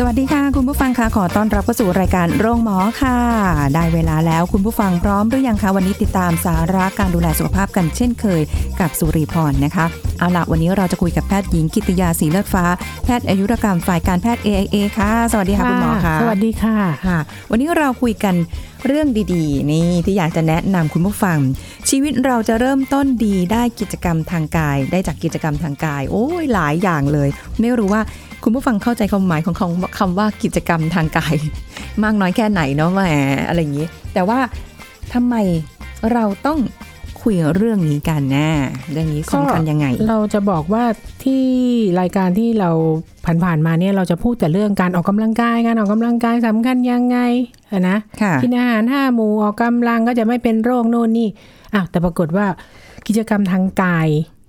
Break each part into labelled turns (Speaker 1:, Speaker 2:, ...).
Speaker 1: สวัสดีค่ะ คุณผู้ฟังค่ะขอต้อนรับเข้าสู่รายการโรงหมอค่ะ ได้เวลาแล้วคุณผู้ฟังพร้อมหรือยังคะวันนี้ติดตามสาระการดูแลสุขภาพกันเช่นเคยกับสุริพรนะคะเอาล่ะวันนี้เราจะคุยกับแพทย์หญิงกิติยาสีเลือดฟ้าแพทย์อายุรกรรมฝ่ายการแพทย์ AIA ค่ะ สวัสดีค่ะคุณหมอค่ะ
Speaker 2: สวัสดีค่ะ
Speaker 1: ค่ะวันนี้เราคุยกันเรื่องดีๆ นี่ที่อยากจะแนะนำคุณผู้ฟัง ชีวิตเราจะเริ่มต้นดีได้กิจกรรมทางกาย ได้จากกิจกรรมทางกาย โอ้ยหลายอย่างเลย ไม่รู้ว่าคุณผู้ฟังเข้าใจความหมายของคำคำว่ากิจกรรมทางกาย มากน้อยแค่ไหนเนาะแหมอะไรอย่างนี้ แต่ว่าทำไมเราต้องคุยเรื่องนี้กันแน่เรื่องนี้สำคัญยังไง
Speaker 2: เราจะบอกว่าที่รายการที่เราผ่านๆมาเนี่ยเราจะพูดแต่เรื่องการออกกำลังกายการออกกำลังกายสำคัญยังไงอะนะ
Speaker 1: ค่ะ
Speaker 2: กินอาหารห้าหมู่ออกกำลังก็จะไม่เป็นโรคโน่นนี่อ้าวแต่ปรากฏว่ากิจกรรมทางกาย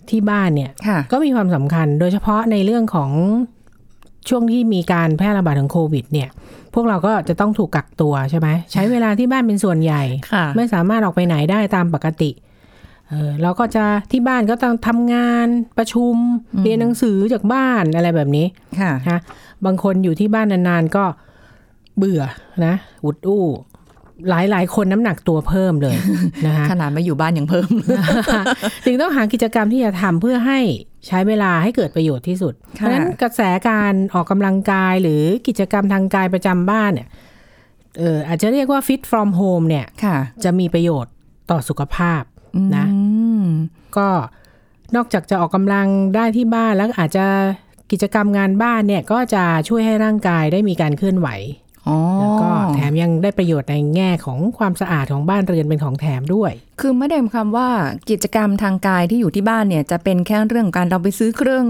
Speaker 2: ที่บ้านเนี่ย
Speaker 1: ค่ะ
Speaker 2: ก็มีความสำคัญโดยเฉพาะในเรื่องของช่วงที่มีการแพร่ระบาดของโควิดเนี่ย พวกเราก็จะต้องถูกกักตัวใช่ไหมใช้เวลาที่บ้านเป็นส่วนใหญ่
Speaker 1: ค่ะ
Speaker 2: ไม่สามารถออกไปไหนได้ตามปกติเออเราก็จะที่บ้านก็ต้องทำงานประชุม
Speaker 1: อืม
Speaker 2: เรียนหนังสือจากบ้านอะไรแบบนี้
Speaker 1: ค่ะ
Speaker 2: นะบางคนอยู่ที่บ้านนานๆก็เบื่อนะอุดอู้หลายๆ คนน้ำหนักตัวเพิ่ม เลยนะคะ
Speaker 1: ขนาดไม่อยู่บ้านยังเพิ่ม
Speaker 2: จึงต้องหากิจกรรมที่จะทำเพื่อให้ใช้เวลาให้เกิดประโยชน์ที่สุด เพ
Speaker 1: ค่ะ
Speaker 2: ราะฉะนั้นกระแสการออกกำลังกายหรือกิจกรรมทางกายประจำบ้านเนี่ยเอออาจจะเรียกว่า fit from home เนี่ย
Speaker 1: ค่ะ
Speaker 2: จะมีประโยชน์ต่อสุขภาพ นะ
Speaker 1: อืม
Speaker 2: ก็นอกจากจะออกกำลังได้ที่บ้านแล้วอาจจะกิจกรรมงานบ้านเนี่ยก็จะช่วยให้ร่างกายได้มีการเคลื่อนไหว
Speaker 1: อ๋อ
Speaker 2: แล้วก็แถมยังได้ประโยชน์ในแง่ของความสะอาดของบ้านเรือนเป็นของแถมด้วย
Speaker 1: คือไม่ได้หมายความว่ากิจกรรมทางกายที่อยู่ที่บ้านเนี่ยจะเป็นแค่เรื่องการเราไปซื้อเครื่อง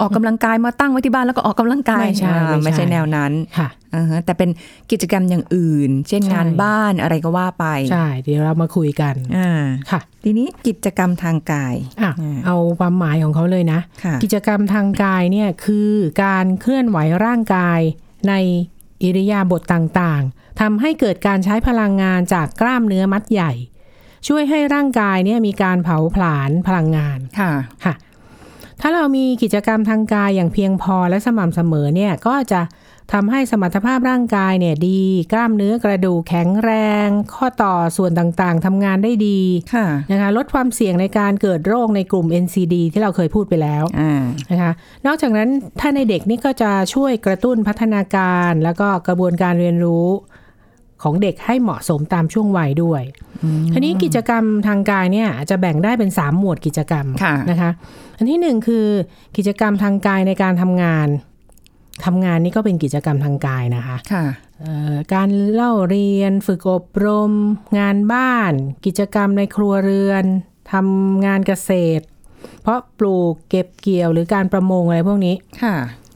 Speaker 1: ออกกำลังกายมาตั้งไว้ที่บ้านแล้วก็ออกกำลังกาย
Speaker 2: ไม่ใช่
Speaker 1: อ่า
Speaker 2: ไม่ใช่
Speaker 1: ไม่ใช่แนวนั้น
Speaker 2: ค่ะ
Speaker 1: อ่าฮะแต่เป็นกิจกรรมอย่างอื่น เช่น
Speaker 2: ใช่
Speaker 1: งานบ้านอะไรก็ว่าไป
Speaker 2: ใช่เดี๋ยวเรามาคุยกัน
Speaker 1: อ่า
Speaker 2: ค่ะ
Speaker 1: ทีนี้กิจกรรมทางกาย
Speaker 2: อ่ะ
Speaker 1: อืม
Speaker 2: เอาความหมายของเขาเลยนะ
Speaker 1: ค่ะ
Speaker 2: กิจกรรมทางกายเนี่ยคือการเคลื่อนไหวร่างกายในอิริยาบถต่างๆ ทำให้เกิดการใช้พลังงานจากกล้ามเนื้อมัดใหญ่ ช่วยให้ร่างกายเนี่ยมีการเผาผลาญพลังงาน
Speaker 1: ค่ะ
Speaker 2: ค่ะ ถ้าเรามีกิจกรรมทางกายอย่างเพียงพอและสม่ำเสมอเนี่ยก็จะทำให้สมรรถภาพร่างกายเนี่ยดี กล้ามเนื้อกระดูกแข็งแรง ข้อต่อส่วนต่างๆทำงานได้ดี
Speaker 1: ค่ะ
Speaker 2: นะคะลดความเสี่ยงในการเกิดโรคในกลุ่ม NCD ที่เราเคยพูดไปแล้ว
Speaker 1: อ่า
Speaker 2: นะคะนอกจากนั้นถ้าในเด็กนี่ก็จะช่วยกระตุ้นพัฒนาการ แล้วก็กระบวนการเรียนรู้ของเด็กให้เหมาะสมตามช่วงวัยด้วยทีนี้กิจกรรมทางกายเนี่ยจะแบ่งได้เป็น 3 หมวดกิจกรรม
Speaker 1: ค่ะ
Speaker 2: นะคะ อันที่หนึ่งคือกิจกรรมทางกายในการทำงานทำงานนี่ก็เป็นกิจกรรมทางกายนะคะ
Speaker 1: ค่ะ
Speaker 2: เอ่อการเล่าเรียนฝึกอบรม งานบ้าน กิจกรรมในครัวเรือนทำงานเกษตร เพราะปลูกเก็บเกี่ยวหรือการประมงอะไรพวกนี้
Speaker 1: ค่ะ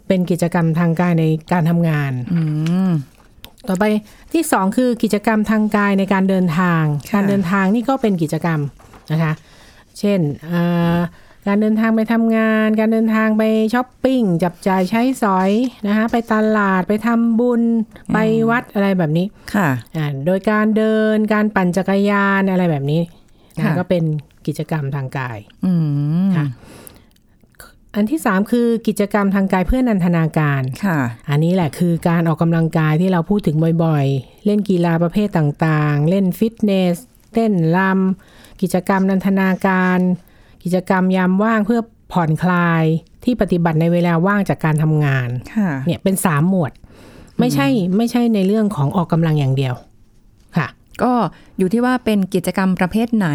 Speaker 2: เป็นกิจกรรมทางกายในการทำงาน
Speaker 1: อืม
Speaker 2: ต่อไปที่สองคือกิจกรรมทางกายในการเดินทาง
Speaker 1: ค่ะ
Speaker 2: การเดินทางนี่ก็เป็นกิจกรรมนะคะ เช่นเอ่อการเดินทางไปทำงาน การเดินทางไปช้อปปิ้ง จับจ่ายใช้สอยนะคะไปตลาดไปทำบุญ ไปวัดอะไรแบบนี้
Speaker 1: ค่ะ
Speaker 2: อ่าโดยการเดินการปั่นจักรยานอะไรแบบนี้นะ
Speaker 1: ค่ะ
Speaker 2: ก็เป็นกิจกรรมทางกาย
Speaker 1: อืม
Speaker 2: ค่ะ อันที่สามคือกิจกรรมทางกายเพื่อนันทนาการ
Speaker 1: ค่ะ
Speaker 2: อันนี้แหละคือการออกกำลังกายที่เราพูดถึงบ่อยๆ เล่นกีฬาประเภทต่างๆ เล่นฟิตเนส เต้นรำกิจกรรมนันทนาการ กิจกรรมยามว่างเพื่อผ่อนคลายที่ปฏิบัติในเวลาว่างจากการทำงาน
Speaker 1: ค่ะ
Speaker 2: เนี่ยเป็นสามหมวด ไม่ใช่ไม่ใช่ในเรื่องของออกกำลังอย่างเดียวค่ะ
Speaker 1: ก็อยู่ที่ว่าเป็นกิจกรรมประเภทไหน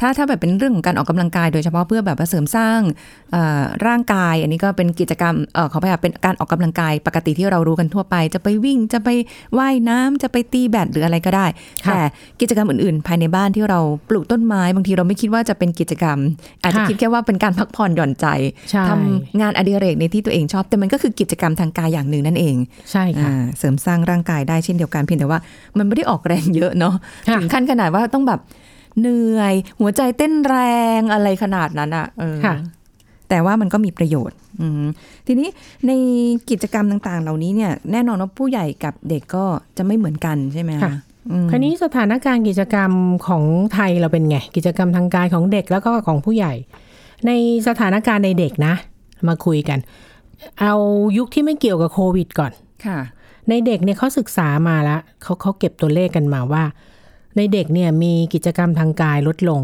Speaker 1: ถ้าถ้าแบบเป็นเรื่องของการออกกำลังกาย โดยเฉพาะเพื่อแบบว่าเสริมสร้างเอ่อร่างกาย อันนี้ก็เป็นกิจกรรมเอ่อขอไปค่ะเป็นการออกกำลังกายปกติที่เรารู้กันทั่วไป จะไปวิ่งจะไปว่ายน้ำจะไปตีแบดหรืออะไรก็ได้
Speaker 2: ค่ะ
Speaker 1: แต่กิจกรรมอื่นๆ ภายในบ้านที่เราปลูกต้นไม้บางทีเราไม่คิดว่าจะเป็นกิจกรรม อาจจะคิดแค่ว่าเป็นการพักผ่อนหย่อนใจ
Speaker 2: ใช่
Speaker 1: ทำงานอดิเรกในที่ตัวเองชอบ แต่มันก็คือกิจกรรมทางกายอย่างหนึ่งนั่นเอง
Speaker 2: ใช่ค่ะ
Speaker 1: อ่าเสริมสร้างร่างกายได้เช่นเดียวกันเพียงแต่ว่า มันไม่ได้ออกแรงเยอะเนาะ
Speaker 2: ค่ะ
Speaker 1: ถึงขั้นขนาดว่าต้องแบบเหนื่อย หัวใจเต้นแรงอะไรขนาดนั้นอะเออ
Speaker 2: ค่ะ
Speaker 1: แต่ว่ามันก็มีประโยชน์อืมทีนี้ในกิจกรรมต่างๆ เหล่านี้เนี่ยแน่นอนว่าผู้ใหญ่กับเด็กก็จะไม่เหมือนกันใช่ไหม
Speaker 2: ค่ะ
Speaker 1: อืม
Speaker 2: คราวนี้สถานการณ์กิจกรรมของไทยเราเป็นไง กิจกรรมทางกายของเด็กแล้วก็ของผู้ใหญ่ ในสถานการณ์ในเด็กนะ มาคุยกัน เอายุคที่ไม่เกี่ยวกับโควิดก่อน
Speaker 1: ค่ะ
Speaker 2: ในเด็กเนี่ยเขาศึกษามาแล้วเขาเขาเก็บตัวเลขกันมาว่า ในเด็กเนี่ยมีกิจกรรมทางกายลดลง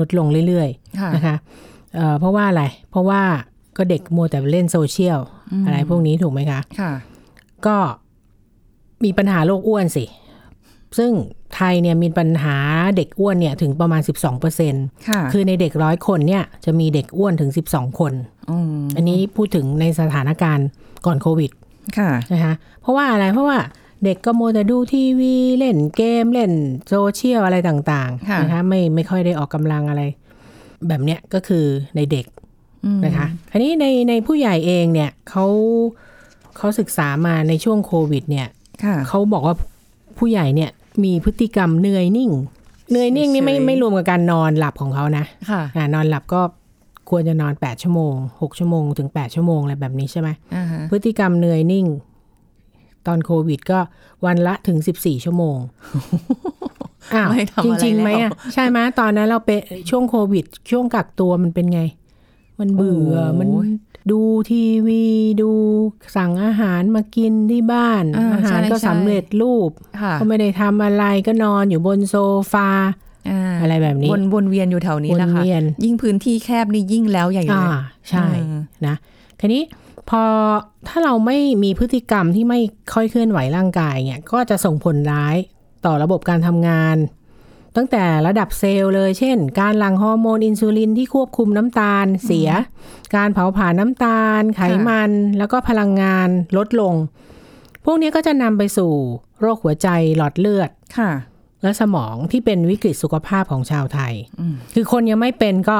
Speaker 2: ลดลงเรื่อย
Speaker 1: ค่ะ
Speaker 2: ๆนะคะเอ่อเพราะว่าอะไร เพราะว่าก็เด็กมัวแต่เล่นโซเชียล
Speaker 1: อืม
Speaker 2: อะไรพวกนี้ถูกไหมคะ
Speaker 1: ค่ะ
Speaker 2: ก็มีปัญหาโรคอ้วนสิ ซึ่งไทยเนี่ยมีปัญหาเด็กอ้วนเนี่ยถึงประมาณ 12เปอร์เซ็น
Speaker 1: ค่ะ
Speaker 2: คือในเด็กร้อยคนเนี่ยจะมีเด็กอ้วนถึง 12 คน
Speaker 1: ม
Speaker 2: อันนี้พูดถึงในสถานการณ์ก่อนโควิด
Speaker 1: ค่ะ
Speaker 2: นะคะเพราะว่าอะไรเพราะว่าเด็กก็โมวแต่ดูทีวีเล่นเกมเล่นโซเชียลอะไรต่าง
Speaker 1: ค่ะ
Speaker 2: ๆนะคะไม่ไม่ค่อยได้ออกกำลังอะไร แบบเนี้ยก็คือในเด็ก
Speaker 1: อืม
Speaker 2: นะคะอันนี้ในในผู้ใหญ่เองเนี่ยเขาเขาศึกษามาในช่วงโควิดเนี่ย
Speaker 1: ค่ะ
Speaker 2: เขาบอกว่าผู้ใหญ่เนี่ยมีพฤติกรรมเหนื่อยนิ่งเหนื่อยนิ่งนี่ไม่
Speaker 1: เฉยๆ
Speaker 2: ไม่รวมกับการนอนหลับของเขานะ
Speaker 1: ค่ะ
Speaker 2: อ่านอนหลับก็ควรจะนอน 8 ชั่วโมง 6 ชั่วโมงถึง 8 ชั่วโมงอะไรแบบนี้ใช่ไหม
Speaker 1: อ่าฮะ
Speaker 2: พฤติกรรมเหนื่อยนิ่ง ตอนโควิดก็วันละถึง 14 ชั่วโม งอ้าว
Speaker 1: ไม่ทำ
Speaker 2: จ
Speaker 1: อะไร
Speaker 2: ริงๆไหม
Speaker 1: แล้ว
Speaker 2: อ่ะใช่ไหมตอนนั้นเราเป็นช่วงโควิด ช่วงกักตัวมันเป็นไง มันเบื่อ
Speaker 1: โอ้โห
Speaker 2: มันดูทีวี ดูสั่งอาหารมากินที่บ้าน
Speaker 1: อ่า
Speaker 2: อาหาร
Speaker 1: ใช่
Speaker 2: ก็
Speaker 1: ใช่
Speaker 2: สำเร็จรูป
Speaker 1: ค่ะ
Speaker 2: ก็ไม่ได้ทำอะไรก็นอนอยู่บนโซฟา
Speaker 1: อ่า
Speaker 2: อะไรแบบนี้
Speaker 1: วนวนเวียนอยู่แถวนี้แหละ
Speaker 2: ว
Speaker 1: ค่ะ
Speaker 2: นเวียน
Speaker 1: ยิ่งพื้นที่แคบนี่ยิ่งแล้วใหญ่เล
Speaker 2: อ่าย ใช่
Speaker 1: อืม
Speaker 2: นะคันนี้พอถ้าเราไม่มีพฤติกรรมที่ไม่ค่อยเคลื่อนไหวร่างกายเนี่ยก็จะส่งผลร้ายต่อระบบการทำงาน ตั้งแต่ระดับเซลล์เลย เช่น การหลั่งฮอร์โมนอินซูลินที่ควบคุมน้ำตาลเสีย การเผาผลาญน้ำตาล ไขมัน แล้วก็พลังงานลดลง พวกนี้ก็จะนำไปสู่โรคหัวใจหลอดเลือด
Speaker 1: ค่ะ
Speaker 2: และสมองที่เป็นวิกฤตสุขภาพของชาวไทย
Speaker 1: อืม
Speaker 2: คือคนยังไม่เป็นก็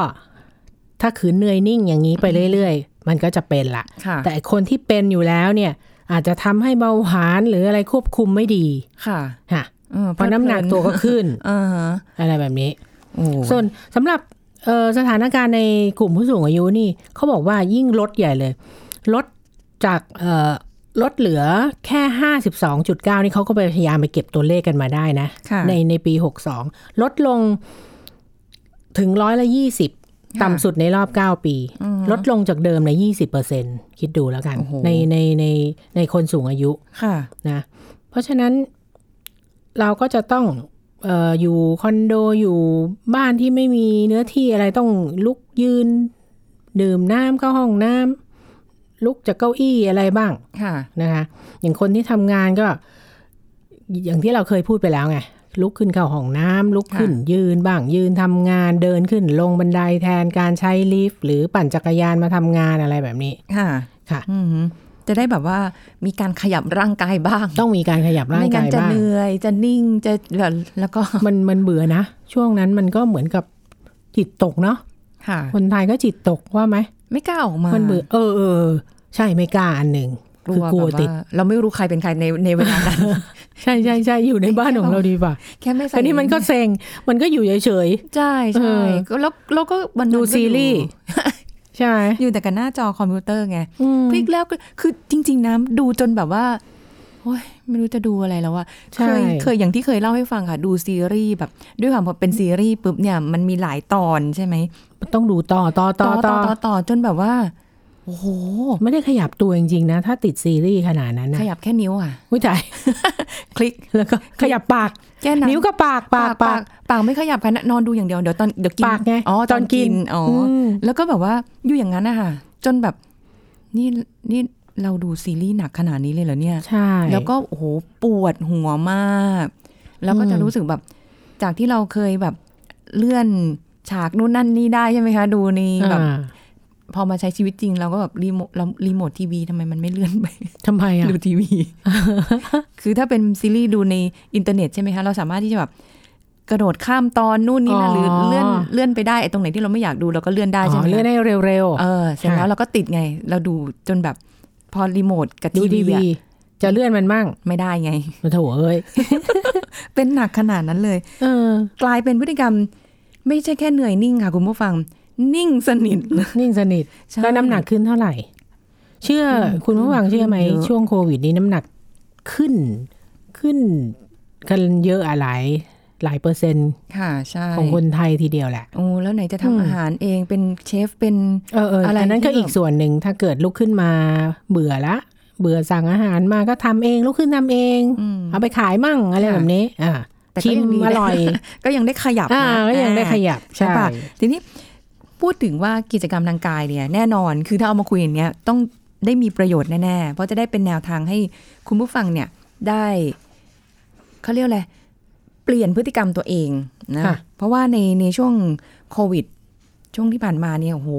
Speaker 2: ถ้าขืนเหนื่อยนิ่งอย่างนี้ไปเรื่อยๆ มันก็จะเป็นละ
Speaker 1: ค่ะ
Speaker 2: แต่คนที่เป็นอยู่แล้วเนี่ย อาจจะทำให้เบาหวานหรืออะไรควบคุมไม่ดี
Speaker 1: ค่ะ
Speaker 2: ฮะ
Speaker 1: เออ
Speaker 2: เพราะน้ำหนักตัวก็ขึ้น
Speaker 1: อ่าฮะ
Speaker 2: อะไรแบบนี้
Speaker 1: โอ้
Speaker 2: ส่วนสำหรับเอ่อสถานการณ์ในกลุ่มผู้สูงอายุนี่เขาบอกว่ายิ่งลดใหญ่เลย ลดจากเอ่อลดเหลือแค่ 52.9 นี่เขาก็ไปพยายามไปเก็บตัวเลขกันมาได้นะ
Speaker 1: ค่ะ
Speaker 2: ในในปี 62 ลดลงถึงร้อยละ 20
Speaker 1: ะ
Speaker 2: ต่ำสุดในรอบ 9 ปี
Speaker 1: อืม
Speaker 2: ลดลงจากเดิมใน20%คิดดูแล้วกัน
Speaker 1: โอ้โห
Speaker 2: ในในในในคนสูงอายุ
Speaker 1: ค่ะ
Speaker 2: นะ เพราะฉะนั้นเราก็จะต้องเอออยู่คอนโดอยู่บ้านที่ไม่มีเนื้อที่อะไรต้องลุกยืน ดื่มน้ำเข้าห้องน้ำลุกจากเก้าอี้อะไรบ้าง
Speaker 1: ค่ะ
Speaker 2: นะคะอย่างคนที่ทำงานก็ อย่างที่เราเคยพูดไปแล้วไงลุกขึ้นเข้าห้องน้ำลุกขึ้น ยืนบ้างยืนทำงานเดินขึ้นลงบันไดแทนการใช้ลิฟต์หรือปั่นจักรยานมาทำงานอะไรแบบนี้
Speaker 1: ค่ะ
Speaker 2: ค่ะ
Speaker 1: อืมจะได้แบบว่ามีการขยับร่างกายบ้าง
Speaker 2: ต้องมีการขยับร่าง
Speaker 1: ไม่งั้
Speaker 2: กาน ย
Speaker 1: จะ
Speaker 2: บ้าง
Speaker 1: เหนื่อยจะนิ่งจะแล้วแล้วก็
Speaker 2: มันมันเบื่อนะ ช่วงนั้นมันก็เหมือนกับจิตตกเนาะ
Speaker 1: ค่ะ
Speaker 2: คนไทยก็จิตตกว่าไหม
Speaker 1: ไม่กล้าออกมา
Speaker 2: มั
Speaker 1: มัน
Speaker 2: เบื่อเออเออใช่ไม่กล้าอันหนึ่ง
Speaker 1: กลั
Speaker 2: คือ
Speaker 1: ว
Speaker 2: กลัว
Speaker 1: แบบ
Speaker 2: ติด
Speaker 1: ว่าเราไม่รู้ใครเป็นใครในในเวลา นั้น
Speaker 2: ใช่ใช่ใช่อยู่ในบ้านของเราดีกว่า
Speaker 1: แค่ไม่ใส่
Speaker 2: อันนี้มันก็เซ็งมันก็อยู่เฉย
Speaker 1: ใช่
Speaker 2: เอ
Speaker 1: ใช่
Speaker 2: อ
Speaker 1: ก็แล้วแล้วก็วันนั้น
Speaker 2: ดู
Speaker 1: ก็
Speaker 2: ซีรีส์ ๆใช่ไหม
Speaker 1: อยู่อยู่แต่กับหน้าจอคอมพิวเตอร์ไง
Speaker 2: อืม
Speaker 1: พลิกแล้วก็คือจริง ๆนะดูจนแบบว่าโอ้ยไม่รู้จะดูอะไรแล้วอะ
Speaker 2: ใช่
Speaker 1: เคยเคยอย่างที่เคยเล่าให้ฟังค่ะ ดูซีรีส์แบบ ด้วยความพอเป็นซีรีส์ปุ๊บเนี่ยมันมีหลายตอนใช่ไหม
Speaker 2: ต้องดูต่อต่อต่อ
Speaker 1: ต่
Speaker 2: ต่
Speaker 1: อ
Speaker 2: อ
Speaker 1: ต่อต่อจนแบบว่าโอ้โห
Speaker 2: ไม่ได้ขยับตัวจริงๆนะ ถ้าติดซีรีส์ขนาดนั้นนะ
Speaker 1: ขยับแค่นิ้วอะ
Speaker 2: อุ้ยตาย
Speaker 1: คลิก
Speaker 2: แล้วก็ขยับปาก
Speaker 1: แค่
Speaker 2: นิ้วก็ปากปากปาก
Speaker 1: ปากไม่ขยับค่ะนอนดูอย่างเดียวเดี๋ยวตอนเดี๋ยวกิน
Speaker 2: ปากไง
Speaker 1: อ๋อ
Speaker 2: ตอนกิน
Speaker 1: อ๋ออ
Speaker 2: ม
Speaker 1: แล้วก็แบบว่าอยู่อย่างนั้นนะคะจนแบบนี่นี่เราดูซีรีส์หนักขนาดนี้เลยเหรอเนี่ย
Speaker 2: ใช่
Speaker 1: แล้วก็โอ้โหปวดหัวมาก แล้วก็จะรู้สึกแบบ จากที่เราเคยแบบ เลื่อนฉากนู่นนั่นนี่ได้ใช่ไหมคะดูในแบบ
Speaker 2: อ่า
Speaker 1: พอมาใช้ชีวิตจริงเราก็แบบรีโมทเรารีโมททีวีทำไมมันไม่เลื่อน ไป
Speaker 2: ทำไมอ่ะ
Speaker 1: ดูทีวี คือถ้าเป็นซีรีส์ดูในอินเทอร์เน็ตใช่ไหมคะ เราสามารถที่จะแบบกระโดดข้ามตอนนู่นนี่นั่นหรืออ
Speaker 2: อ
Speaker 1: เลื่อนเลื่อนไปได้ไอ้ตรงไหนที่เราไม่อยากดูเราก็เลื่อนได้
Speaker 2: อ๋
Speaker 1: ใช่
Speaker 2: อ
Speaker 1: ไหม
Speaker 2: เลื่อน
Speaker 1: คะ
Speaker 2: ให้เร็ว
Speaker 1: เออเสร็จแล้ว
Speaker 2: ค่ะ
Speaker 1: เราก็ติดไง เราดูจนแบบพอรีโมทกับ
Speaker 2: ๆ ดู
Speaker 1: ที
Speaker 2: ที
Speaker 1: วี
Speaker 2: วี
Speaker 1: อะ
Speaker 2: จะเลื่อนมันมั่ง
Speaker 1: ไม่ได้ไง
Speaker 2: โถเอ้ย
Speaker 1: เป็นหนักขนาดนั้นเลย
Speaker 2: เออก
Speaker 1: ลายเป็นพฤติกรรม ไม่ใช่แค่เหนื่อยนิ่งค่ะคุณผู้ฟัง นิ่งสนิทเลย
Speaker 2: นิ่งสนิท
Speaker 1: ใช่
Speaker 2: แล้วน้ำหนักขึ้นเท่าไหร่ เชื่ออคุณผู้ฟังเชื่อไหม
Speaker 1: เยอะ
Speaker 2: ช่วงโควิดนี้น้ำหนักขึ้นขึ้นกันเยอะอะหลายหลายเปอร์เซ็นต์
Speaker 1: ค่ะใช่
Speaker 2: ของคนไทยทีเดียวแหละ
Speaker 1: โอ้แล้วไหนจะ
Speaker 2: อื
Speaker 1: ทำ
Speaker 2: ม
Speaker 1: อาหารเองเป็นเชฟเป็น
Speaker 2: เออเออ
Speaker 1: อะ
Speaker 2: อะไร ไรนั้นก็
Speaker 1: ที่
Speaker 2: อีก
Speaker 1: แบบ
Speaker 2: ส่วนหนึ่งถ้าเกิดลุกขึ้นมาเบื่อละ เบื่อสั่งอาหารมาก็ทำเองลุกขึ้นทำเอง
Speaker 1: อืม
Speaker 2: เอาไปขายมั่งอะไร
Speaker 1: ค่ะ
Speaker 2: แบบนี้ อ่า
Speaker 1: แต่ก็
Speaker 2: ชิม
Speaker 1: ยังดีนะ
Speaker 2: อร่อย
Speaker 1: ก็ยังได้ขยับ
Speaker 2: อ่า
Speaker 1: นะ
Speaker 2: ก็ยังได้
Speaker 1: อ่า
Speaker 2: ขยับ
Speaker 1: ใช่ปะทีนี้พูดถึงว่ากิจกรรมทางกายเนี่ยแน่นอนคือถ้าเอามาคุยอย่างเนี้ยต้องได้มีประโยชน์แน่ๆ เพราะจะได้เป็นแนวทางให้คุณผู้ฟังเนี่ยได้เขาเรียกอะไรเปลี่ยนพฤติกรรมตัวเองนะ
Speaker 2: ค่ะ
Speaker 1: เพราะว่าในในช่วงโควิด ช่วงที่ผ่านมาเนี่ยโอ้โห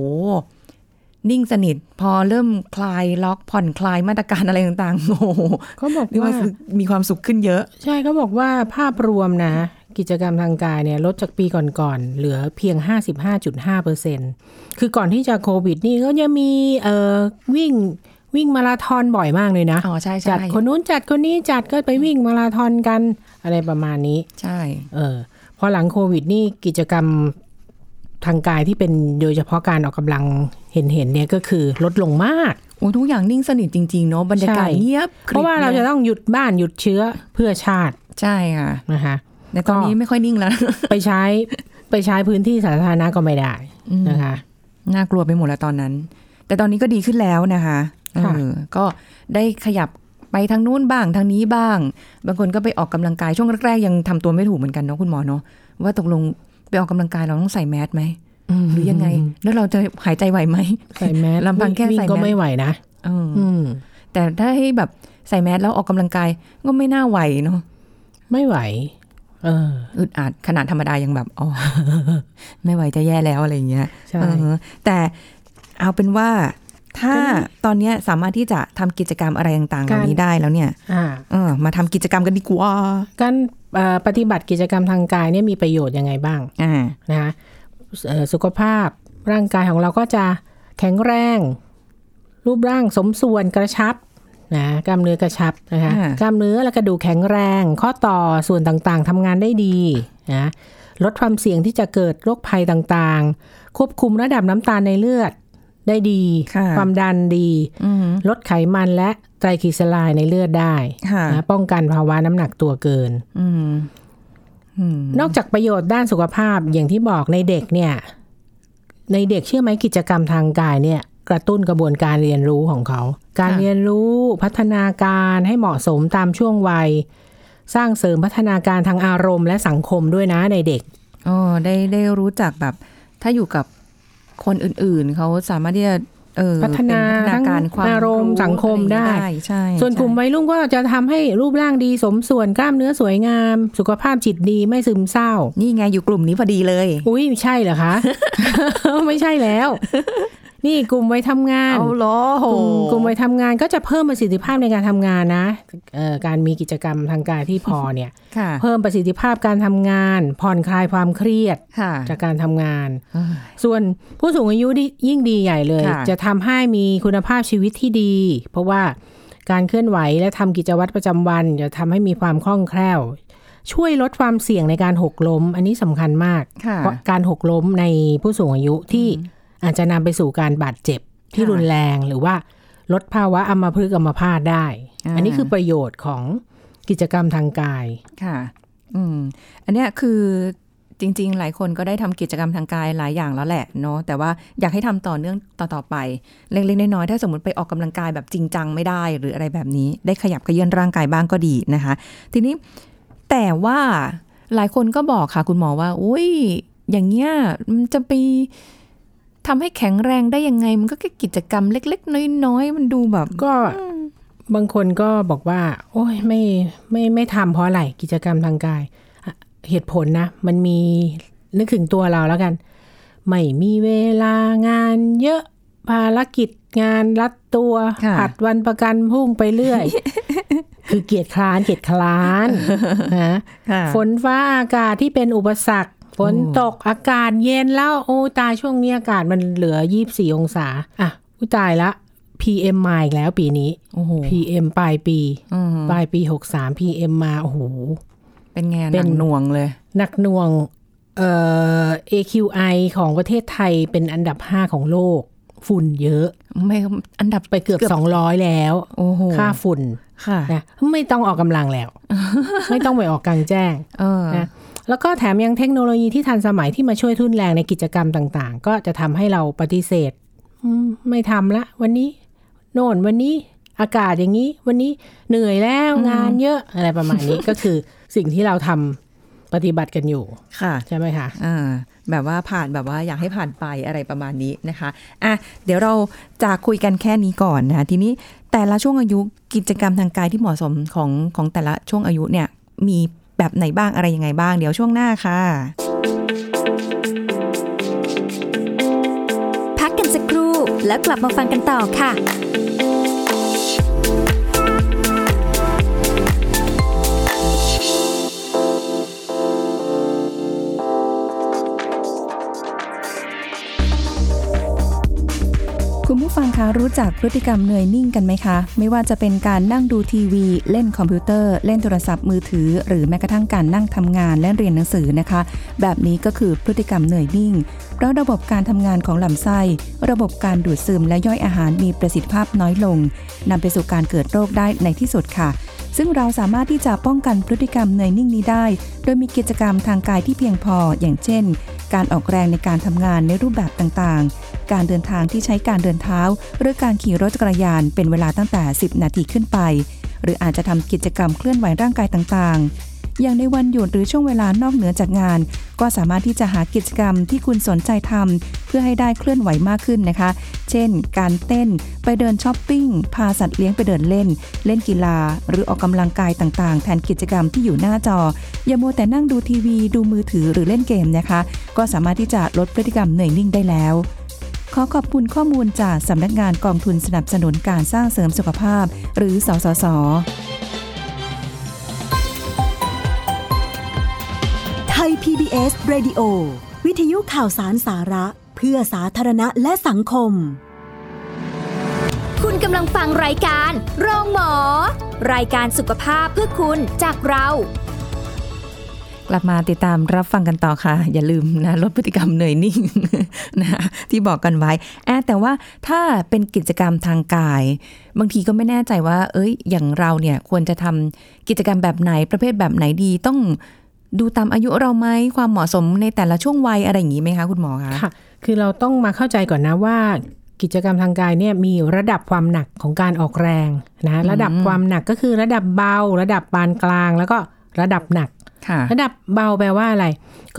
Speaker 1: นิ่งสนิทพอเริ่มคลายล็อกผ่อนคลายมาตรการอะไรต่างๆโอ้โห
Speaker 2: เขาบอก
Speaker 1: นี่ว่า
Speaker 2: ว่า
Speaker 1: มีความสุขขึ้นเยอะ
Speaker 2: ใช่เขาบอกว่าภาพรวมนะ กิจกรรมทางกายเนี่ยลดจากปีก่อนๆเหลือเพียง 55.5เปอร์เซ็นคือก่อนที่จะโควิดนี่ก็ยังมีเอ่อวิ่งวิ่งมาราธอนบ่อยมากเลยนะ
Speaker 1: อ๋อใช่ใช่
Speaker 2: จัดคนนู้นจัดคนนี้จัดก็ไปวิ่งมาราธอนกันอะไรประมาณนี้
Speaker 1: ใช่
Speaker 2: เออพอหลังโควิดนี่กิจกรรมทางกายที่เป็นโดยเฉพาะการออกกำลังเห็นเห็นๆเนี่ยก็คือลดลงมาก
Speaker 1: โอ้ทุกอย่างนิ่งสนิทจริง ๆ เนาะบรรยากาศ
Speaker 2: ใช่
Speaker 1: เงียบก
Speaker 2: เพราะว่าเราจะต้องหยุดบ้านหยุดเชื้อเพื่อชาติ
Speaker 1: ใช่ค่ะ
Speaker 2: นะคะ
Speaker 1: ในตอนนี้ไม่ค่อยนิ่ง แล้ว
Speaker 2: ไปใช้ไปใช้พื้นที่สาธารณะก็ไม่ได้
Speaker 1: อืม
Speaker 2: นะคะ
Speaker 1: น่ากลัวไปหมดแล้วตอนนั้น แต่ตอนนี้ก็ดีขึ้นแล้วนะคะ
Speaker 2: ค่ะ
Speaker 1: เออก็ได้ขยับไปทางนู้นบ้างทางนี้บ้าง บางคนก็ไปออกกำลังกายช่วงแรกๆยังทำตัวไม่ถูกเหมือนกันเนาะคุณหมอเนาะว่าตกลงไปออกกำลังกายเราต้องใส่แมสไหมหรือยังไง แล้วเราจะหายใจไหวไหม
Speaker 2: ใส่แมส
Speaker 1: ลำพังแค่
Speaker 2: วิ่
Speaker 1: ใส่แมส
Speaker 2: ก็ไม่ไหวนะ
Speaker 1: เออ
Speaker 2: อืม
Speaker 1: แต่ถ้าให้แบบใส่แมสแล้วออกกำลังกายก็ไม่น่าไหวเนาะ
Speaker 2: ไม่ไหว เออ
Speaker 1: อึดอัดขนาดธรรมดายังแบบอ๋อ ไม่ไหวจะแย่แล้วอะไรอย่างเงี้ย
Speaker 2: ใช่
Speaker 1: เออแต่เอาเป็นว่าถ้าตอนเนี้ยสามารถที่จะทำกิจกรรมอะไรต่างๆเห
Speaker 2: การ
Speaker 1: ล่านี้ได้แล้วเนี่ย
Speaker 2: อ่า
Speaker 1: เออมาทำกิจกรรมกันดีกว่า
Speaker 2: การเอ่อปฏิบัติกิจกรรมทางกายเนี่ยมีประโยชน์ยังไงบ้าง
Speaker 1: อ่า
Speaker 2: นะคะเอ่อสุขภาพร่างกายของเราก็จะแข็งแรง รูปร่างสมส่วนกระชับนะกล้ามเนื้อกระชับนะคะกล้ามเนื้อและกระดูกแข็งแรง ข้อต่อส่วนต่างๆทำงานได้ดีนะลดความเสี่ยงที่จะเกิดโรคภัยต่างๆ ควบคุมระดับน้ำตาลในเลือดได้ดี
Speaker 1: ค่ะ
Speaker 2: ความดันดี
Speaker 1: อืม
Speaker 2: ลดไขมันและไตรกลีเซอไรด์ในเลือดได้
Speaker 1: ค่ะ
Speaker 2: นะป้องกันภาวะน้ำหนักตัวเกิน
Speaker 1: อืมอืม
Speaker 2: นอกจากประโยชน์ด้านสุขภาพอย่างที่บอกในเด็กเนี่ย ในเด็กเชื่อไหมกิจกรรมทางกายเนี่ย กระตุ้นกระบวนการเรียนรู้ของเขา การเรียนรู้พัฒนาการให้เหมาะสมตามช่วงวัย สร้างเสริมพัฒนาการทางอารมณ์และสังคมด้วยนะในเด็ก
Speaker 1: อ๋อได้ได้รู้จักแบบ ถ้าอยู่กับคนอื่นๆ เขาสามารถที่จะเออ
Speaker 2: พัฒนา
Speaker 1: เป็พัฒนาการ
Speaker 2: ทั้ง
Speaker 1: ความ
Speaker 2: อารมณ์สังคมได้
Speaker 1: อะรอย่างเงี้ยใช่
Speaker 2: ส่วนกลุ่มวัยรุ่นก็จะทำให้รูปร่างดีสมส่วนกล้ามเนื้อสวยงาม สุขภาพจิตดีไม่ซึมเศร้า
Speaker 1: นี่ไงอยู่กลุ่มนี้พอดีเลย
Speaker 2: อุ้ยใช่เหรอคะ ไม่ใช่แล้ว นี่กลุ่มวัยทำงาน
Speaker 1: เอาล้อก
Speaker 2: ลุ่มกลุ่มวัยทำงานก็จะเพิ่มประสิทธิภาพในการทำงานนะเอ่อการมีกิจกรรมทางกายที่พอเนี่ย
Speaker 1: ค่ะ
Speaker 2: เพิ่มประสิทธิภาพการทำงาน ผ่อนคลายความเครียด
Speaker 1: ค่ะ
Speaker 2: จากการทำงาน ส่วนผู้สูงอายุนี่ยิ่งดีใหญ่เลย
Speaker 1: ค่ะ
Speaker 2: จะทำให้มีคุณภาพชีวิตที่ดี เพราะว่าการเคลื่อนไหวและทำกิจวัตรประจำวัน จะทำให้มีความคล่องแคล่ว ช่วยลดความเสี่ยงในการหกล้ม อันนี้สำคัญมาก
Speaker 1: ค่ะ
Speaker 2: เพราะการหกล้มในผู้สูงอายุที่อาจจะนำไปสู่การบาดเจ็บที่
Speaker 1: ค่ะ
Speaker 2: รุนแรงหรือว่าลดภาวะอัมพฤกษ์อัมพาตได้
Speaker 1: อ่า
Speaker 2: อันนี้คือประโยชน์ของกิจกรรมทางกาย
Speaker 1: ค่ะ อืม อันเนี้ยคือจริง ๆ หลายคนก็ได้ทำกิจกรรมทางกายหลายอย่างแล้วแหละเนาะ แต่ว่าอยากให้ทำต่อเนื่องต่อๆไป เล็กๆน้อยๆถ้าสมมติไปออกกำลังกายแบบจริงจังไม่ได้หรืออะไรแบบนี้ ได้ขยับเขยื้อนร่างกายบ้างก็ดีนะคะ ทีนี้แต่ว่าหลายคนก็บอกค่ะคุณหมอว่า อุ้ย อย่างเงี้ยมันจะไปทำให้แข็งแรงได้ยังไง มันก็แค่กิจกรรมเล็ก ๆ น้อยๆมันดูแบบ
Speaker 2: ก็บางคนก็บอกว่า โอ้ยไม่ไม่ไม่ทำเพราะอะไรกิจกรรมทางกายอ่ะเหตุผลนะ มันมี นึกถึงตัวเราแล้วกัน ไม่มีเวลางานเยอะภารกิจงานรัดตัว
Speaker 1: ค่ะ
Speaker 2: ผัดวันประกันพรุ่งไปเรื่อย คือเกียดคร้านเกียดคร้านนะ
Speaker 1: ค่ะ
Speaker 2: ฝนฟ้าอากาศที่เป็นอุปสรรค ฝนตกอากาศเย็นแล้วโอ้ตายช่วงนี้อากาศมันเหลือ 24 องศา อ่ะอุยตายละ PM มาอีกแล้วปีนี้
Speaker 1: โอ้โห
Speaker 2: PM ปลายปี
Speaker 1: อืม
Speaker 2: ปลายปี 63 PM มาโอ้โห
Speaker 1: เป็นไงห
Speaker 2: เป็
Speaker 1: นั
Speaker 2: น
Speaker 1: กหน่วงเลย
Speaker 2: หนักหน่วงเอ่อ AQI ของประเทศไทยเป็นอันดับ 5 ของโลก ฝุ่นเยอะ
Speaker 1: ไม่อันดับ
Speaker 2: ไปเกือบ 200 แล้ว
Speaker 1: โอ้โห
Speaker 2: ค่าฝุ่น
Speaker 1: ค่ะ
Speaker 2: นะไม่ต้องออกกำลังแล้ว ไม่ต้องไปออกกลางแจ้ง
Speaker 1: เออ
Speaker 2: นะ แล้วก็แถมยังเทคโนโลยีที่ทันสมัยที่มาช่วยทุนแรงในกิจกรรมต่างๆ ก็จะทำให้เราปฏิเสธอืมไม่ทำละ วันนี้ โน่นวันนี้อากาศอย่างนี้ วันนี้เหนื่อยแล้วงานเยอะอะไรประมาณ นี้ ก็คือสิ่งที่เราทำปฏิบัติกันอยู่
Speaker 1: ค่ะ
Speaker 2: ใช่ไหมคะ
Speaker 1: อ่าแบบว่าผ่านแบบว่าอยากให้ผ่านไปอะไรประมาณนี้นะคะอ่ะเดี๋ยวเราจะคุยกันแค่นี้ก่อนนะคะทีนี้แต่ละช่วงอายุกิจกรรมทางกายที่เหมาะสมของของแต่ละช่วงอายุเนี่ยมีแบบไหนบ้างอะไรยังไงบ้าง เดี๋ยวช่วงหน้าค่ะ
Speaker 3: พักกันสักครู่แล้วกลับมาฟังกันต่อค่ะ
Speaker 1: คุณผู้ฟังคะรู้จักพฤติกรรมเหนื่อยนิ่งกันไหมคะ ไม่ว่าจะเป็นการนั่งดูทีวี เล่นคอมพิวเตอร์ เล่นโทรศัพท์มือถือ หรือแม้กระทั่งการนั่งทำงานและเรียนหนังสือนะคะ แบบนี้ก็คือพฤติกรรมเหนื่อยนิ่ง เพราะระบบการทำงานของลำไส้ ระบบการดูดซึมและย่อยอาหารมีประสิทธิภาพน้อยลงนำไปสู่การเกิดโรคได้ในที่สุดค่ะ ซึ่งเราสามารถที่จะป้องกันพฤติกรรมเหนื่อยนิ่งนี้ได้ โดยมีกิจกรรมทางกายที่เพียงพอ อย่างเช่น การออกแรงในการทำงานในรูปแบบต่างๆ การเดินทางที่ใช้การเดินเท้า หรือการขี่รถจักรยานเป็นเวลาตั้งแต่ 10 นาทีขึ้นไป หรืออาจจะทำกิจกรรมเคลื่อนไหวร่างกายต่างๆ อย่างในวันหยุดหรือช่วงเวลานอกเหนือจากงาน ก็สามารถที่จะหากิจกรรมที่คุณสนใจทำเพื่อให้ได้เคลื่อนไหวมากขึ้นนะคะ เช่น การเต้น ไปเดินช้อปปิ้ง พาสัตว์เลี้ยงไปเดินเล่น เล่นกีฬา หรือออกกำลังกายต่างๆ แทนกิจกรรมที่อยู่หน้าจอ อย่ามัวแต่นั่งดูทีวี ดูมือถือหรือเล่นเกมนะคะ ก็สามารถที่จะลดพฤติกรรมเหนื่อยนิ่งได้แล้ว ขอขอบคุณข้อมูลจากสำนักงานกองทุนสนับสนุนการสร้างเสริมสุขภาพ หรือสสส
Speaker 4: ไทย PBS Radio วิทยุข่าวสารสาระ เพื่อสาธารณะและสังคม
Speaker 3: คุณกำลังฟังรายการโรงหมอ รายการสุขภาพเพื่อคุณจากเรา
Speaker 1: กลับมาติดตามรับฟังกันต่อค่ะ อย่าลืมนะลดพฤติกรรมเหนื่อยนิ่ง นะที่บอกกันไว้อ่ะแต่ว่าถ้าเป็นกิจกรรมทางกาย บางทีก็ไม่แน่ใจว่า เอ้ย อย่างเราเนี่ยควรจะทำกิจกรรมแบบไหนประเภทแบบไหนดี ต้องดูตามอายุเราไหมความเหมาะสมในแต่ละช่วงวัยอะไรอย่างนี้ไหมคะคุณหมอคะ
Speaker 2: ค่ะ คือเราต้องมาเข้าใจก่อนนะว่า กิจกรรมทางกายเนี่ยมีระดับความหนักของการออกแรงนะระดับความหนักก็คือระดับเบา ระดับปานกลาง แล้วก็ระดับหนัก
Speaker 1: ค่ะ
Speaker 2: ระดับเบาแปลว่าอะไร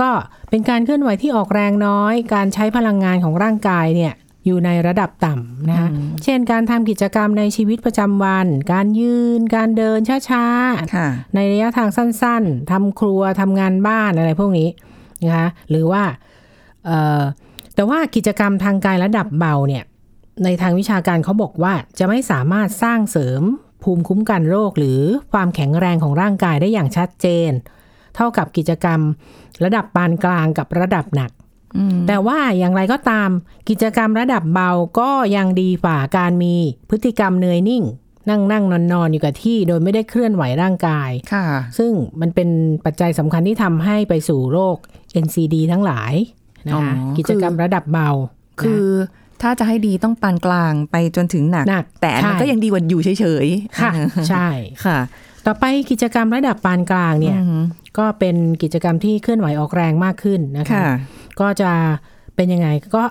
Speaker 2: ก็เป็นการเคลื่อนไหวที่ออกแรงน้อย การใช้พลังงานของร่างกายเนี่ยอยู่ในระดับต่ำนะคะเช่นการทำกิจกรรมในชีวิตประจำวัน การยืน การเดินช้าๆ
Speaker 1: ค่ะ
Speaker 2: ในระยะทางสั้นๆ ทำครัว ทำงานบ้านอะไรพวกนี้นะคะ หรือว่าเอ่อแต่ว่ากิจกรรมทางกายระดับเบาเนี่ย ในทางวิชาการเขาบอกว่าจะไม่สามารถสร้างเสริมภูมิคุ้มกันโรค หรือความแข็งแรงของร่างกายได้อย่างชัดเจน เท่ากับกิจกรรมระดับปานกลางกับระดับหนัก
Speaker 1: อืม
Speaker 2: แต่ว่าอย่างไรก็ตามกิจกรรมระดับเบาก็ยังดีฝ่าการมีพฤติกรรมเหนื่อยนิ่ง นั่งนั่งนอนนอนๆอยู่กับที่โดยไม่ได้เคลื่อนไหวร่างกาย
Speaker 1: ค่ะ
Speaker 2: ซึ่งมันเป็นปัจจัยสำคัญที่ทำให้ไปสู่โรค NCD ทั้งหลายนะ
Speaker 1: อ๋อ
Speaker 2: คะ
Speaker 1: คือ
Speaker 2: กิจกรรมระดับเบา
Speaker 1: คือถ้าจะให้ดีต้องปานกลางไปจนถึงหนัก
Speaker 2: หนัก
Speaker 1: แต่อันนั้นก็ยังดีกว่าอยู่เฉยๆ
Speaker 2: ค่ะ ใช่
Speaker 1: ค่ะ
Speaker 2: ต่อไปกิจกรรมระดับปานกลางเนี่ย
Speaker 1: อืม
Speaker 2: ก็เป็นกิจกรรมที่เคลื่อนไหวออกแรงมากขึ้นนะคะ
Speaker 1: ค่ะ
Speaker 2: ก็จะเป็นยังไงก็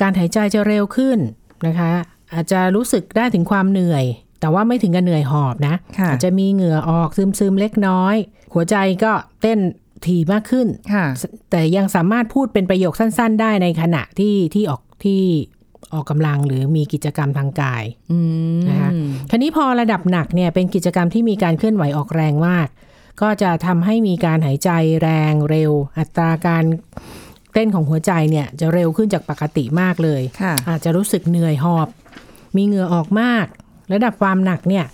Speaker 2: การหายใจจะเร็วขึ้นนะคะ อาจจะรู้สึกได้ถึงความเหนื่อย แต่ว่าไม่ถึงกับเหนื่อยหอบนะ
Speaker 1: ค่ะ
Speaker 2: อาจจะมีเหงื่อออกซึมๆเล็กน้อย หัวใจก็เต้นถี่มากขึ้น
Speaker 1: ค่ะ
Speaker 2: แต่ยังสามารถพูดเป็นประโยคสั้นๆ ได้ในขณะที่ที่ออกที่ออกกำลังหรือมีกิจกรรมทางกาย
Speaker 1: อืม
Speaker 2: นะคะ คราวนี้พอระดับหนักเนี่ยเป็นกิจกรรมที่มีการเคลื่อนไหวออกแรงมาก ก็จะทำให้มีการหายใจแรงเร็ว อัตราการ เต้นของหัวใจเนี่ยจะเร็วขึ้นจากปกติมากเลย
Speaker 1: ค่ะ
Speaker 2: อาจจะรู้สึกเหนื่อยหอบ มีเหงื่อออกมาก ระดับความหนักเนี่ย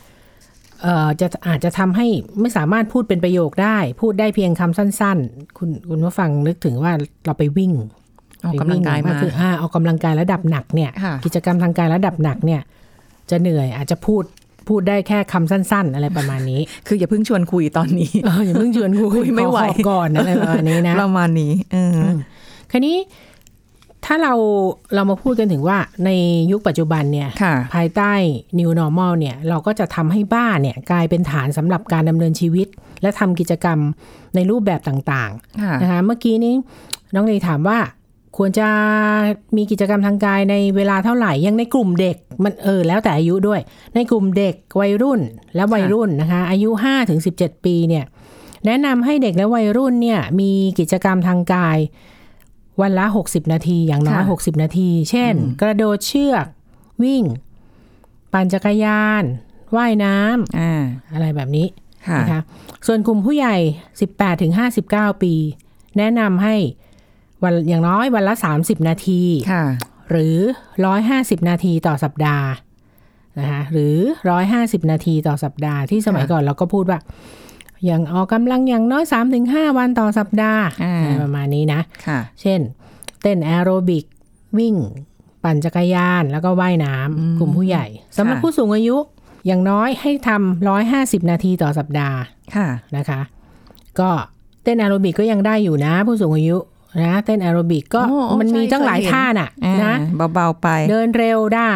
Speaker 2: เอ่อจะอาจจะทำให้ไม่สามารถพูดเป็นประโยคได้ พูดได้เพียงคำสั้น ๆ คุณคุณผู้ฟังนึกถึงว่าเราไปวิ่ง
Speaker 1: ออกกำลังกาย
Speaker 2: ไป
Speaker 1: มา
Speaker 2: วิ่คืออ่าออกกำลังกายระดับหนักเนี่ย
Speaker 1: ค่ะ
Speaker 2: กิจกรรมทางกายระดับหนักเนี่ย จะเหนื่อยอาจจะพูดพูดได้แค่คำสั้น ๆ อะไรประมาณ นี้
Speaker 1: คืออย่าเพิ่งชวนคุยตอนนี้
Speaker 2: เอออย่าเพิ่งชวน คุ
Speaker 1: คุ
Speaker 2: ย
Speaker 1: ยไม่ไหว
Speaker 2: ขอขอบก่อนอะไรประมาณนี้นะ
Speaker 1: ประมาณนี้เอออ
Speaker 2: คันนี้ถ้าเราเรามาพูดกันถึงว่าในยุคปัจจุบันเนี่ย
Speaker 1: ค่ะ
Speaker 2: ภายใต้ New Normal เนี่ยเราก็จะทำให้บ้านเนี่ยกลายเป็นฐานสำหรับการดำเนินชีวิต และทำกิจกรรมในรูปแบบต่าง
Speaker 1: ค่ะ
Speaker 2: ๆนะคะเมื่อกี้นี้น้องเนยถามว่า ควรจะมีกิจกรรมทางกายในเวลาเท่าไหร่ยังในกลุ่มเด็กมันเออแล้วแต่อายุด้วย ในกลุ่มเด็กวัยรุ่นและวัยรุ่นนะคะอายุ5ถึง17 ปีเนี่ยแนะนำให้เด็กและวัยรุ่นเนี่ยมีกิจกรรมทางกาย วันละ 60 นาทีอย่างน้อย
Speaker 1: ค่ะ
Speaker 2: 60 นาที เช่น กระโดดเชือก วิ่ง ปั่นจักรยาน ว่ายน้
Speaker 1: อ่า
Speaker 2: ำอะไรแบบนี้
Speaker 1: ค่ะ
Speaker 2: นะคะส่วนกลุ่มผู้ใหญ่ 18ถึง59 ปี แนะนำให้วันอย่างน้อยวันละ 30 นาที
Speaker 1: ค่ะ
Speaker 2: หรือ 150 นาทีต่อสัปดาห์นะคะหรือ 150 นาทีต่อสัปดาห์ที่สมัย
Speaker 1: ค่ะ
Speaker 2: ก่อนเราก็พูดว่า อย่างออกกำลังอย่างน้อย 3-5 วันต่อสัปดาห์
Speaker 1: อ่า
Speaker 2: อะไรประมาณนี้นะ
Speaker 1: ค่ะ
Speaker 2: เช่น เต้นแอโรบิก วิ่ง ปั่นจักรยาน แล้วก็ว่ายน้ำกลุ่มผู้ใหญ่สำหรับ
Speaker 1: ค่ะ
Speaker 2: ผู้สูงอายุอย่างน้อยให้ทำ150 นาทีต่อสัปดาห์
Speaker 1: ค่ะ
Speaker 2: นะคะ ก็เต้นแอโรบิกก็ยังได้อยู่นะ ผู้สูงอายุนะ เต้นแอโรบิกก็
Speaker 1: โอ้โอ้
Speaker 2: มันมี
Speaker 1: ใช่
Speaker 2: ตั้งหลาย
Speaker 1: เคยเห็น
Speaker 2: ท่าน่ะ
Speaker 1: อ่า
Speaker 2: นะ
Speaker 1: เบาๆไป
Speaker 2: เดินเร็วได้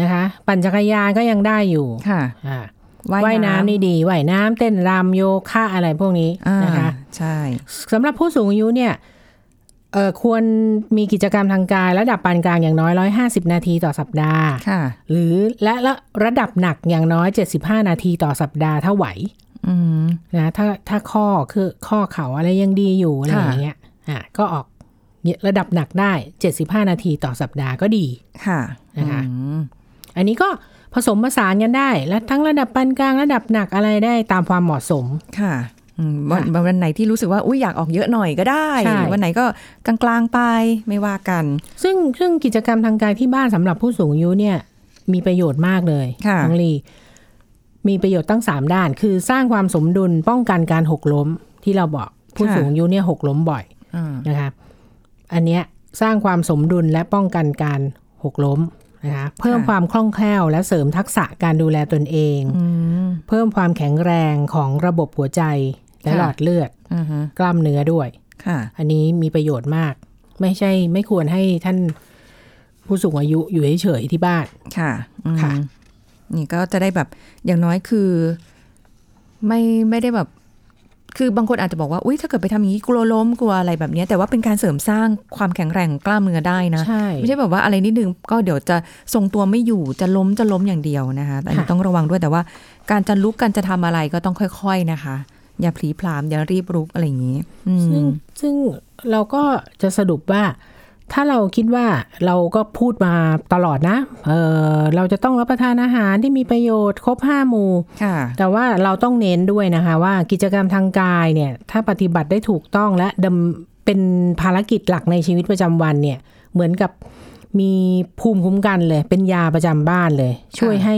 Speaker 2: นะคะ ปั่นจักรยานก็ยังได้อยู่
Speaker 1: ค่ะ
Speaker 2: อ่าว่ายน้ำ
Speaker 1: นี่
Speaker 2: นี่ดีว่ายน้ำเต้นรำโยคะอะไรพวกนี้
Speaker 1: อ่า
Speaker 2: นะคะ
Speaker 1: ใช่
Speaker 2: สำหรับผู้สูงอายุเนี่ยเอ่อควรมีกิจกรรมทางกายระดับปานกลางอย่างน้อย 150 นาทีต่อสัปดาห์
Speaker 1: ค่ะ
Speaker 2: หรือและละระดับหนักอย่างน้อย 75 นาทีต่อสัปดาห์ถ้าไหว
Speaker 1: อืม
Speaker 2: นะถ้าถ้าข้อคือข้อเข่าอะไรยังดีอยู่อะไร
Speaker 1: ค่ะ
Speaker 2: อย่างเงี้ยอ่ะก็ออกระดับหนักได้ 75 นาทีต่อสัปดาห์ก็ดี
Speaker 1: ค่ะ
Speaker 2: นะคะ
Speaker 1: อืม
Speaker 2: อันนี้ก็ผสมผสานกันได้ และทั้งระดับปานกลางระดับหนักอะไรได้ตามความเหมาะสม
Speaker 1: ค่ะอืมวันวันไหนที่รู้สึกว่าอุ้ยอยากออกเยอะหน่อยก็ได้
Speaker 2: ใช่
Speaker 1: หรือวันไหนก็กลางๆไปไม่ว่ากัน
Speaker 2: ซึ่งซึ่งกิจกรรมทางกายที่บ้านสำหรับผู้สูงอายุเนี่ยมีประโยชน์มากเลย
Speaker 1: ค่ะ
Speaker 2: น้องลีมีประโยชน์ตั้ง 3 ด้าน คือสร้างความสมดุลป้องกันการหกล้มที่เราบอกผู้สูงอายุเนี่ยหกล้มบ่อย
Speaker 1: อ่า
Speaker 2: นะคะอันเนี้ยสร้างความสมดุลและป้องกันการหกล้มนะคะเพิ่มความคล่องแคล่วและเสริมทักษะการดูแลตนเอง
Speaker 1: อืม
Speaker 2: เพิ่มความแข็งแรงของระบบหัวใจและ
Speaker 1: ค่ะ
Speaker 2: หลอดเลือด
Speaker 1: อ่าฮะ
Speaker 2: กล้ามเนื้อด้วย
Speaker 1: ค่ะ
Speaker 2: อันนี้มีประโยชน์มาก ไม่ใช่ไม่ควรให้ท่านผู้สูงอายุอยู่เฉยๆที่บ้าน
Speaker 1: ค่ะอืม
Speaker 2: ค่ะ
Speaker 1: นี่ก็จะได้แบบอย่างน้อยคือไม่ไม่ได้แบบ คือบางคนอาจจะบอกว่าอุ้ยถ้าเกิดไปทำอย่างนี้กลัวล้มกลัวอะไรแบบเนี้ยแต่ว่าเป็นการเสริมสร้างความแข็งแรงของกล้ามเนื้อได้นะ
Speaker 2: ใช่
Speaker 1: ไม่ใช่แบบว่าอะไรนิดนึงก็เดี๋ยวจะทรงตัวไม่อยู่จะล้มจะล้มอย่างเดียวนะคะแต่อันนี้
Speaker 2: ค่ะ
Speaker 1: ต้องระวังด้วยแต่ว่า การจะลุกการจะทำอะไรก็ต้องค่อย ๆนะคะ อย่าพลีพลามอย่ารีบลุกอะไรอย่างนี้อืม
Speaker 2: ซึ่งซึ่งเราก็จะสรุปว่า ถ้าเราคิดว่าเราก็พูดมาตลอดนะเออเราจะต้องรับประทานอาหารที่มีประโยชน์ครบห้าหมู่
Speaker 1: ค่ะ
Speaker 2: แต่ว่าเราต้องเน้นด้วยนะคะ ว่ากิจกรรมทางกายเนี่ย ถ้าปฏิบัติได้ถูกต้องและดำเป็นภารกิจหลักในชีวิตประจำวันเนี่ย เหมือนกับมีภูมิคุ้มกันเลย เป็นยาประจำบ้านเลย ช่วยให้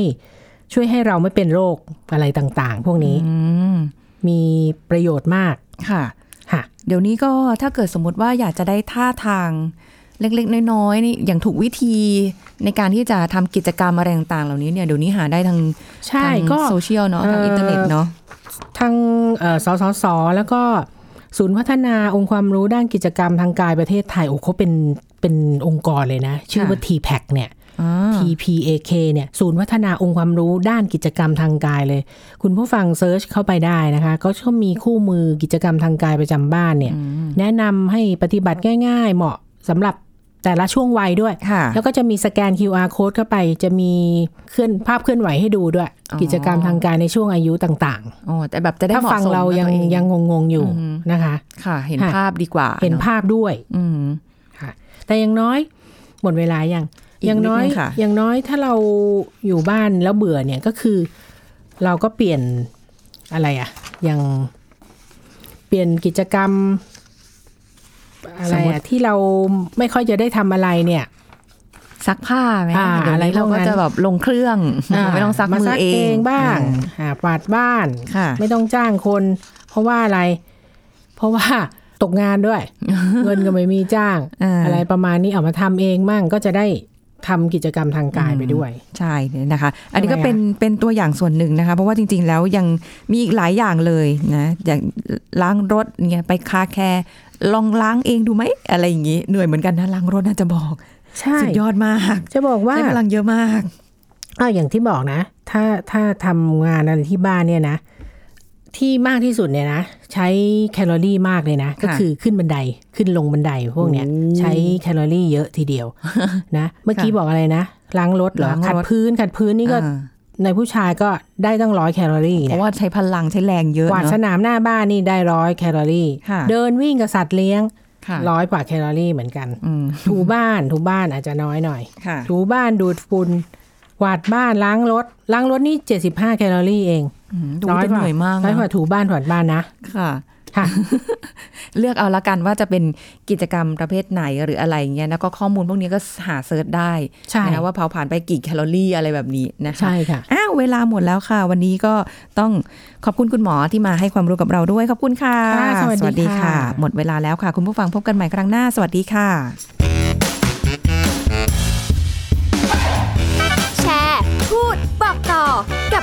Speaker 2: ช่วยให้เราไม่เป็นโรคอะไรต่างๆ พวกนี้
Speaker 1: อืม
Speaker 2: มีประโยชน์มาก
Speaker 1: ค่ะ
Speaker 2: ค่ะ
Speaker 1: เดี๋ยวนี้ก็ถ้าเกิดสมมติว่าอยากจะได้ท่าทางเล็กๆ น้อยๆนี่อย่างถูกวิธีในการที่จะทำกิจกรรมอะไรต่างๆเหล่านี้เนี่ยเดี๋ยวนี้หาได้ทาง
Speaker 2: ใช่
Speaker 1: ทาง
Speaker 2: ก็
Speaker 1: โซเชียลเนาะทาง
Speaker 2: เอ่ออิ
Speaker 1: อินเทอร์เน็ตเนาะ
Speaker 2: ทางเอ่อสสส แล้วก็ศูนย์พัฒนาองค์ความรู้ด้านกิจกรรมทางกายประเทศไทยโอ้เขาเป็นเป็นองค์กรเลยนะ ชื่อว่า TPAC เนี่ย
Speaker 1: อ่า
Speaker 2: TPAK เนี่ยศูนย์วัฒนาองค์ความรู้ด้านกิจกรรมทางกายเลย คุณผู้ฟังเซิร์ชเข้าไปได้นะคะก็ชอบมีคู่มือกิจกรรมทางกายประจำบ้านเนี่ย แนะนำให้ปฏิบัติง่าย ๆ เหมาะสำหรับแต่ละช่วงวัยด้วย
Speaker 1: ค่ะ
Speaker 2: แล้วก็จะมีสแกน QR code เข้าไป จะมีเคลื่อนภาพเคลื่อนไหวให้ดูด้วย
Speaker 1: อ๋อ
Speaker 2: กิจกรรมทางกายในช่วงอายุต่าง
Speaker 1: อ๋อแต่แบบจะ
Speaker 2: ๆ
Speaker 1: ได้
Speaker 2: ถ้า
Speaker 1: เหมาะ
Speaker 2: ฟัง
Speaker 1: สม
Speaker 2: เรา
Speaker 1: กับ
Speaker 2: ยัง
Speaker 1: ตัวเอ
Speaker 2: ยังงงๆอยู่นะคะ
Speaker 1: ค่ะ เห็น
Speaker 2: ค่ะ
Speaker 1: ภาพดีกว่า
Speaker 2: เห็น
Speaker 1: อะ
Speaker 2: ภาพด้วย
Speaker 1: อืม
Speaker 2: ค่ะแต่อย่างน้อยหมดเวลาอย่าง
Speaker 1: อีก
Speaker 2: อย่างน้อย
Speaker 1: นิดนึงค่ะ
Speaker 2: อย่างน้อยถ้าเราอยู่บ้านแล้วเบื่อเนี่ยก็คือ เราก็เปลี่ยนอะไรอะอย่างเปลี่ยนกิจกรรม อะ
Speaker 1: ส
Speaker 2: ไร
Speaker 1: มมติ
Speaker 2: อะที่เราไม่ค่อยจะได้ทำอะไรเนี่ย
Speaker 1: ซักผ้าไหม
Speaker 2: อ่า
Speaker 1: เดี๋ยวนี้
Speaker 2: อะไรพ
Speaker 1: เรา
Speaker 2: วกนั้
Speaker 1: ก็
Speaker 2: น
Speaker 1: จะแบบลงเครื่อง ไม่ต้องซักมือ
Speaker 2: มา
Speaker 1: เอง
Speaker 2: บ้าง
Speaker 1: อ่
Speaker 2: อ่าปาดบ้าน
Speaker 1: ค่ะ
Speaker 2: ไม่ต้องจ้างคน เพราะว่าอะไร เพราะว่าตกงาน ด้วย เงินก็ไม่มีจ้าง
Speaker 1: อ่า
Speaker 2: อะไรประมาณนี้เอามาทำเองมั่งก็จะได้ทำกิจกรรมทางกายไปด้วย
Speaker 1: ใช่เนี่ยนะคะ อันนี้ก็
Speaker 2: ทำไมอะ
Speaker 1: เป็นเป็นตัวอย่างส่วนหนึ่งนะคะ เพราะว่าจริง ๆ แล้วยังมีอีกหลายอย่างเลยนะอย่างล้างรถเงี้ยไปคาแคร์ลองล้างเองดูไหมอะไรอย่างงี้เหนื่อยเหมือนกันนะล้างรถน่าจะบอก
Speaker 2: ใช่
Speaker 1: สุดยอดมาก
Speaker 2: จะบอกว่า
Speaker 1: ใช้พลังเยอะมาก
Speaker 2: อ้าวอย่างที่บอกนะ ถ้าถ้าทำงานอะไรที่บ้านเนี่ยนะ ที่มากที่สุดเนี่ยนะ ใช้แคลอรี่มากเลยนะ ก็คือขึ้นบันไดขึ้นลงบันไดพวกเนี้ย
Speaker 1: โอ้
Speaker 2: ใช้แคลอรี่เยอะทีเดียว นะ เมื่อกี้
Speaker 1: ค่ะ
Speaker 2: บอกอะไรนะล้างรถเหรอ
Speaker 1: ล้างรถ
Speaker 2: ขัดพื้นขัดพื้นนี่ก็
Speaker 1: อ่า
Speaker 2: ในผู้ชายก็ได้ตั้งร้อยแคลอรี่
Speaker 1: เพ
Speaker 2: นะ
Speaker 1: ราะว่าใช้พลังใช้แรงเยอะ
Speaker 2: กวาด
Speaker 1: เนาะ
Speaker 2: สนามหน้าบ้านนี่ได้ร้อยแคลอรี่
Speaker 1: ค่ะ
Speaker 2: เดินวิ่งกับสัตว์เลี้ยง
Speaker 1: ค่ะ
Speaker 2: ร้อยกว่าแคลอรี่เหมือนกัน
Speaker 1: อืม
Speaker 2: ถูบ้านถูบ้านอาจจะน้อยหน่อย
Speaker 1: ค่ะ
Speaker 2: ถูบ้านดูดฝุ่นกวาดบ้านล้างรถ ล้างรถนี่ 75 แคลอรี่เอง
Speaker 1: อืมดูจะเหนื่อยมาก
Speaker 2: น้อยกว่า
Speaker 1: นะ
Speaker 2: ถูบ้านถอดบ้านนะ
Speaker 1: ค่ะ
Speaker 2: ค่ะ
Speaker 1: เลือกเอาละกันว่าจะเป็นกิจกรรมประเภทไหนหรืออะไรเงี้ยแล้วก็ข้อมูลพวกนี้ก็หาเซิร์ชได้
Speaker 2: ใช่
Speaker 1: นะว่าเผาผ่านไปกี่แคลอรี่อะไรแบบนี้นะคะ
Speaker 2: ใช่ค่ะ
Speaker 1: อ้าวเวลาหมดแล้วค่ะ วันนี้ก็ต้องขอบคุณคุณหมอที่มาให้ความรู้กับเราด้วย ขอบคุณค่ะ
Speaker 2: ค่ะสวัส
Speaker 1: ส
Speaker 2: ดี
Speaker 1: วัสดีค่ะ
Speaker 2: ค่ะ
Speaker 1: หมดเวลาแล้วค่ะ คุณผู้ฟังพบกันใหม่ครั้งหน้า สวัสดีค่ะ
Speaker 3: แชร์ พูด บอกต่อ กับ